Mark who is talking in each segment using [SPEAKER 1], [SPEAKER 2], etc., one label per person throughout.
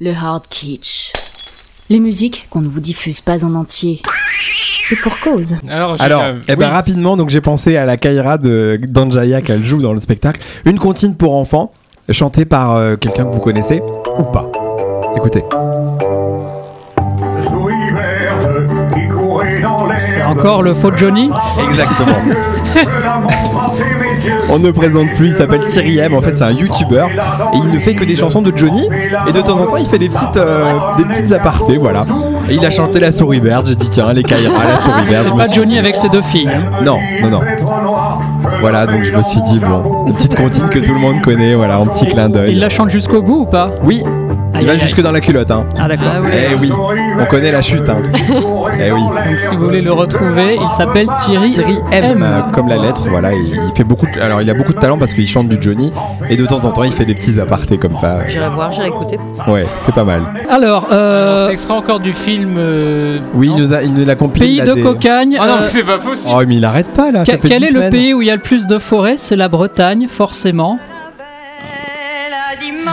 [SPEAKER 1] le hard kitsch. Les musiques qu'on ne vous diffuse pas en entier. Et pour cause.
[SPEAKER 2] Alors, j'ai
[SPEAKER 3] Alors,
[SPEAKER 2] quand même-
[SPEAKER 3] eh ben,
[SPEAKER 2] oui.
[SPEAKER 3] rapidement, donc j'ai pensé à la Kaira de d'Anjaya qu'elle joue dans le spectacle. Une comptine pour enfants, chantée par euh, quelqu'un que vous connaissez ou pas. Écoutez.
[SPEAKER 4] Souris verte qui courait dans l'air.
[SPEAKER 5] Encore le faux Johnny
[SPEAKER 3] Exactement. On ne présente plus, il s'appelle Thierry M. En fait, c'est un youtubeur. Et il ne fait que des chansons de Johnny. Et de temps en temps, il fait des petites, euh, des petites apartés, voilà. Et il a chanté La souris verte. J'ai dit, tiens, les Kaira, La souris verte. je me
[SPEAKER 5] Ah, Pas
[SPEAKER 3] suis
[SPEAKER 5] Johnny
[SPEAKER 3] dit-
[SPEAKER 5] avec ses deux filles. hein.
[SPEAKER 3] Non, non, non. Voilà, donc je me suis dit, bon, une petite comptine que tout le monde connaît, voilà, un petit clin d'œil.
[SPEAKER 5] Il la chante jusqu'au bout ou pas
[SPEAKER 3] Oui, il
[SPEAKER 5] Aïe,
[SPEAKER 3] va
[SPEAKER 5] aïe,
[SPEAKER 3] jusque dans la culotte, hein.
[SPEAKER 5] Ah d'accord.
[SPEAKER 6] Ah
[SPEAKER 3] Eh oui, on connaît la chute, hein. Eh oui.
[SPEAKER 5] Donc si vous voulez le retrouver, il s'appelle Thierry,
[SPEAKER 3] Thierry M, euh, comme la lettre, voilà, il, il fait beaucoup. de- alors, il a beaucoup de talent parce qu'il chante du Johnny et de temps en temps, il fait des petits apartés comme ça.
[SPEAKER 6] J'irai voir, j'irai écouter.
[SPEAKER 3] Ouais, c'est pas mal.
[SPEAKER 5] Alors, euh,
[SPEAKER 2] Ah C'est extrait encore du film. euh,
[SPEAKER 3] Oui, il
[SPEAKER 2] non
[SPEAKER 3] nous a, il nous l'a compilé.
[SPEAKER 5] pays
[SPEAKER 3] il a
[SPEAKER 5] de
[SPEAKER 3] des-
[SPEAKER 5] cocagne.
[SPEAKER 2] Ah non,
[SPEAKER 5] euh,
[SPEAKER 2] mais c'est pas possible.
[SPEAKER 3] Oh, mais il arrête pas là. ça
[SPEAKER 5] que-
[SPEAKER 3] fait
[SPEAKER 5] quel
[SPEAKER 3] dix
[SPEAKER 5] est le
[SPEAKER 3] semaines.
[SPEAKER 5] pays où il y a le plus de forêts C'est la Bretagne, forcément.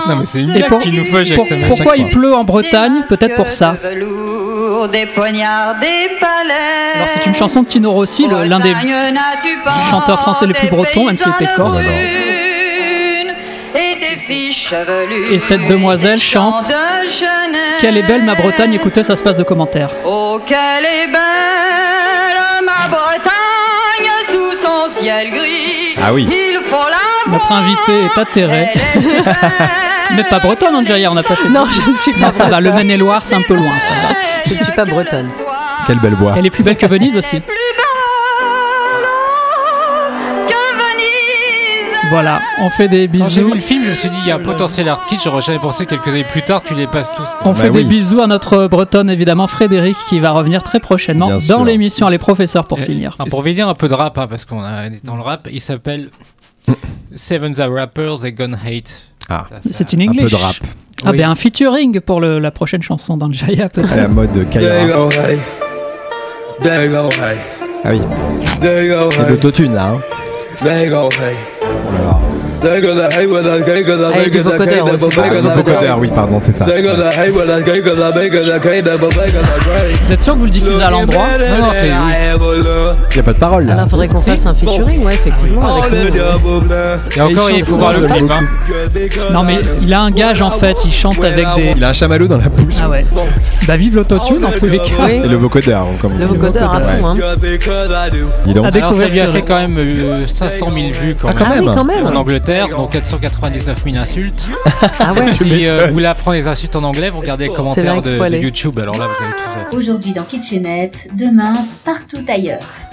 [SPEAKER 2] Non, mais c'est une
[SPEAKER 5] Et
[SPEAKER 2] blague
[SPEAKER 5] pour-
[SPEAKER 2] qui nous fait
[SPEAKER 5] Pour-
[SPEAKER 2] chaque semaine.
[SPEAKER 5] pourquoi
[SPEAKER 3] chaque
[SPEAKER 5] il
[SPEAKER 3] fois.
[SPEAKER 5] pleut en Bretagne Peut-être pour ça.
[SPEAKER 7] Des masques de velours, des poignards, des palais.
[SPEAKER 5] Alors c'est une chanson de Tino Rossi, le- l'un des
[SPEAKER 7] Bretagne, n'as-tu pas
[SPEAKER 5] chanteurs français les plus
[SPEAKER 7] des
[SPEAKER 5] bretons, même s'il était
[SPEAKER 7] paysannes
[SPEAKER 2] Oh
[SPEAKER 5] corse.
[SPEAKER 7] brunes Et des filles chevelues.
[SPEAKER 5] Et cette demoiselle
[SPEAKER 7] des champs
[SPEAKER 5] chante
[SPEAKER 7] de genêts.
[SPEAKER 5] Quelle est belle ma Bretagne Écoutez, ça se passe de commentaires.
[SPEAKER 7] Oh, quelle est belle ma Bretagne sous son ciel gris.
[SPEAKER 3] Ah oui.
[SPEAKER 7] Il faut la
[SPEAKER 5] Notre
[SPEAKER 7] voir,
[SPEAKER 5] invité est atterré.
[SPEAKER 7] elle est plus belle
[SPEAKER 5] Mais pas bretonne, Andjaïa, on n'a pas fait.
[SPEAKER 6] Non, je ne suis
[SPEAKER 5] Non,
[SPEAKER 6] pas.
[SPEAKER 5] ça va, le Maine-et-Loire, c'est un peu loin. ça.
[SPEAKER 6] Je ne suis pas
[SPEAKER 7] que le
[SPEAKER 6] bretonne.
[SPEAKER 7] soir.
[SPEAKER 3] Quelle belle voix.
[SPEAKER 5] Elle est plus belle que Venise aussi.
[SPEAKER 7] plus belle que Venise.
[SPEAKER 5] Voilà, on fait des
[SPEAKER 2] Quand j'ai vu
[SPEAKER 5] bisous.
[SPEAKER 2] le film, je me suis dit, il y a un potentiel art kitsch. J'aurais jamais pensé que quelques années plus tard, tu les passes tous. quoi.
[SPEAKER 5] On
[SPEAKER 3] Bah
[SPEAKER 5] fait
[SPEAKER 3] oui.
[SPEAKER 5] des bisous à notre bretonne, évidemment, Frédéric, qui va revenir très prochainement
[SPEAKER 3] Bien
[SPEAKER 5] dans
[SPEAKER 3] sûr.
[SPEAKER 5] l'émission Les Professeurs pour
[SPEAKER 2] Et-
[SPEAKER 5] finir.
[SPEAKER 2] Ah, pour venir un peu de rap, hein, parce qu'on a- est dans le rap, il s'appelle Seven the Rappers They Gonna Hate.
[SPEAKER 3] Ah,
[SPEAKER 2] Ça, ça-
[SPEAKER 5] C'est une
[SPEAKER 3] un
[SPEAKER 5] English.
[SPEAKER 3] peu de rap.
[SPEAKER 5] Ah,
[SPEAKER 2] Oui.
[SPEAKER 5] ben un featuring pour le- la prochaine chanson d'Anjaya, peut-être.
[SPEAKER 3] À la mode de
[SPEAKER 8] There you
[SPEAKER 3] Kaira.
[SPEAKER 8] go, hey. There you go, hey.
[SPEAKER 3] Ah oui,
[SPEAKER 8] There you go,
[SPEAKER 3] c'est
[SPEAKER 8] hey.
[SPEAKER 3] l'autotune là. Hein.
[SPEAKER 8] There you go, hey.
[SPEAKER 3] Oh là là.
[SPEAKER 8] There you go, hey, with a cake of the
[SPEAKER 6] Hey,
[SPEAKER 8] bacon,
[SPEAKER 6] du
[SPEAKER 8] the cake
[SPEAKER 6] vocodeur
[SPEAKER 8] of the
[SPEAKER 6] aussi.
[SPEAKER 3] Ah,
[SPEAKER 8] bacon,
[SPEAKER 3] le
[SPEAKER 8] the
[SPEAKER 3] vocodeur,
[SPEAKER 8] cake.
[SPEAKER 3] oui, pardon, c'est ça.
[SPEAKER 8] There you go, hey, with a cake of the bacon, the cake of the bacon, the cake.
[SPEAKER 5] Vous êtes sûr que vous le diffusez à l'endroit
[SPEAKER 8] Looking
[SPEAKER 2] Non, non, c'est-
[SPEAKER 8] better than I ever looked.
[SPEAKER 3] Il y a pas de parole là.
[SPEAKER 6] Alors faudrait qu'on fasse un featuring, ouais, effectivement.
[SPEAKER 8] All
[SPEAKER 6] Avec
[SPEAKER 8] the
[SPEAKER 6] nous.
[SPEAKER 8] double blend.
[SPEAKER 2] Et encore, il faut voir le clip. hein.
[SPEAKER 8] You're bigger
[SPEAKER 5] Non, mais
[SPEAKER 8] than-
[SPEAKER 5] il a un gage en fait, il chante avec des.
[SPEAKER 3] Il a un chamallow dans la bouche.
[SPEAKER 5] Ah ouais. Bah vive l'autotune en tous les cas.
[SPEAKER 6] Oui,
[SPEAKER 3] Et le vocodeur, hein, comme on
[SPEAKER 6] le
[SPEAKER 3] dit.
[SPEAKER 6] vocodeur à fond. Hein.
[SPEAKER 8] You're bigger than I do.
[SPEAKER 3] Dis donc.
[SPEAKER 5] Ah,
[SPEAKER 2] Alors, ça lui a
[SPEAKER 5] Découverte
[SPEAKER 2] fait
[SPEAKER 5] sur-
[SPEAKER 2] quand même euh, 500 000 vues quand
[SPEAKER 3] Ah,
[SPEAKER 2] même.
[SPEAKER 3] quand
[SPEAKER 6] Ah oui,
[SPEAKER 3] même.
[SPEAKER 6] quand
[SPEAKER 2] En
[SPEAKER 6] même.
[SPEAKER 2] Angleterre, donc 499 000 insultes.
[SPEAKER 6] Ah ouais.
[SPEAKER 3] Tu
[SPEAKER 2] Si euh,
[SPEAKER 3] m'étonnes.
[SPEAKER 2] vous voulez apprendre les insultes en anglais, vous regardez les
[SPEAKER 8] C'est
[SPEAKER 6] là
[SPEAKER 2] commentaires
[SPEAKER 6] qu'il
[SPEAKER 2] de,
[SPEAKER 6] faut
[SPEAKER 2] de
[SPEAKER 6] aller.
[SPEAKER 2] YouTube. Alors là, vous avez tout ça.
[SPEAKER 1] Aujourd'hui dans Kitchenette, demain partout ailleurs.